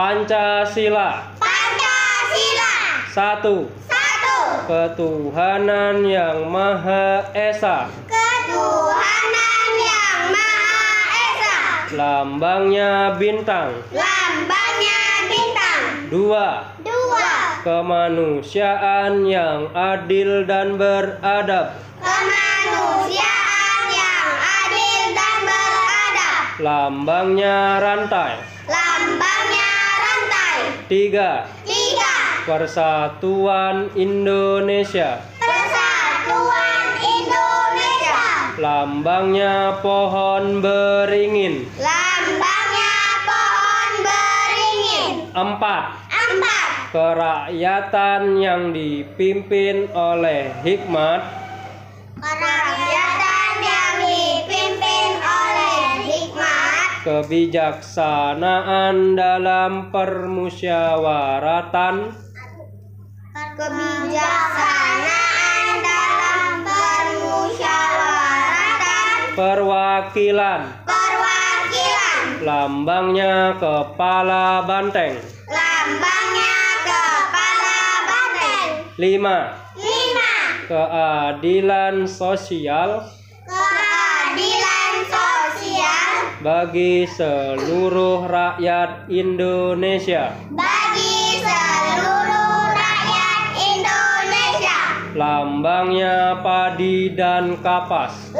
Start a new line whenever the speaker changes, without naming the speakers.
Pancasila
Pancasila
satu
satu
ketuhanan yang maha esa
ketuhanan yang maha esa
lambangnya bintang
lambangnya bintang
dua
dua
kemanusiaan yang adil dan beradab
kemanusiaan yang adil dan beradab
lambangnya rantai
lambangnya rantai
tiga
tiga
persatuan Indonesia
persatuan Indonesia
lambangnya pohon beringin
lambangnya pohon beringin
empat
empat
kerakyatan yang dipimpin oleh hikmat
Kerakyatan yang dipimpin oleh hikmat,
kebijaksanaan dalam permusyawaratan
kebijaksanaan dalam permusyawaratan,
perwakilan
perwakilan,
lambangnya kepala banteng
lambangnya kepala banteng.
lima
Lima,
keadilan sosial
keadilan sosial
bagi seluruh rakyat Indonesia
bagi seluruh rakyat Indonesia.
lambangnya padi dan kapas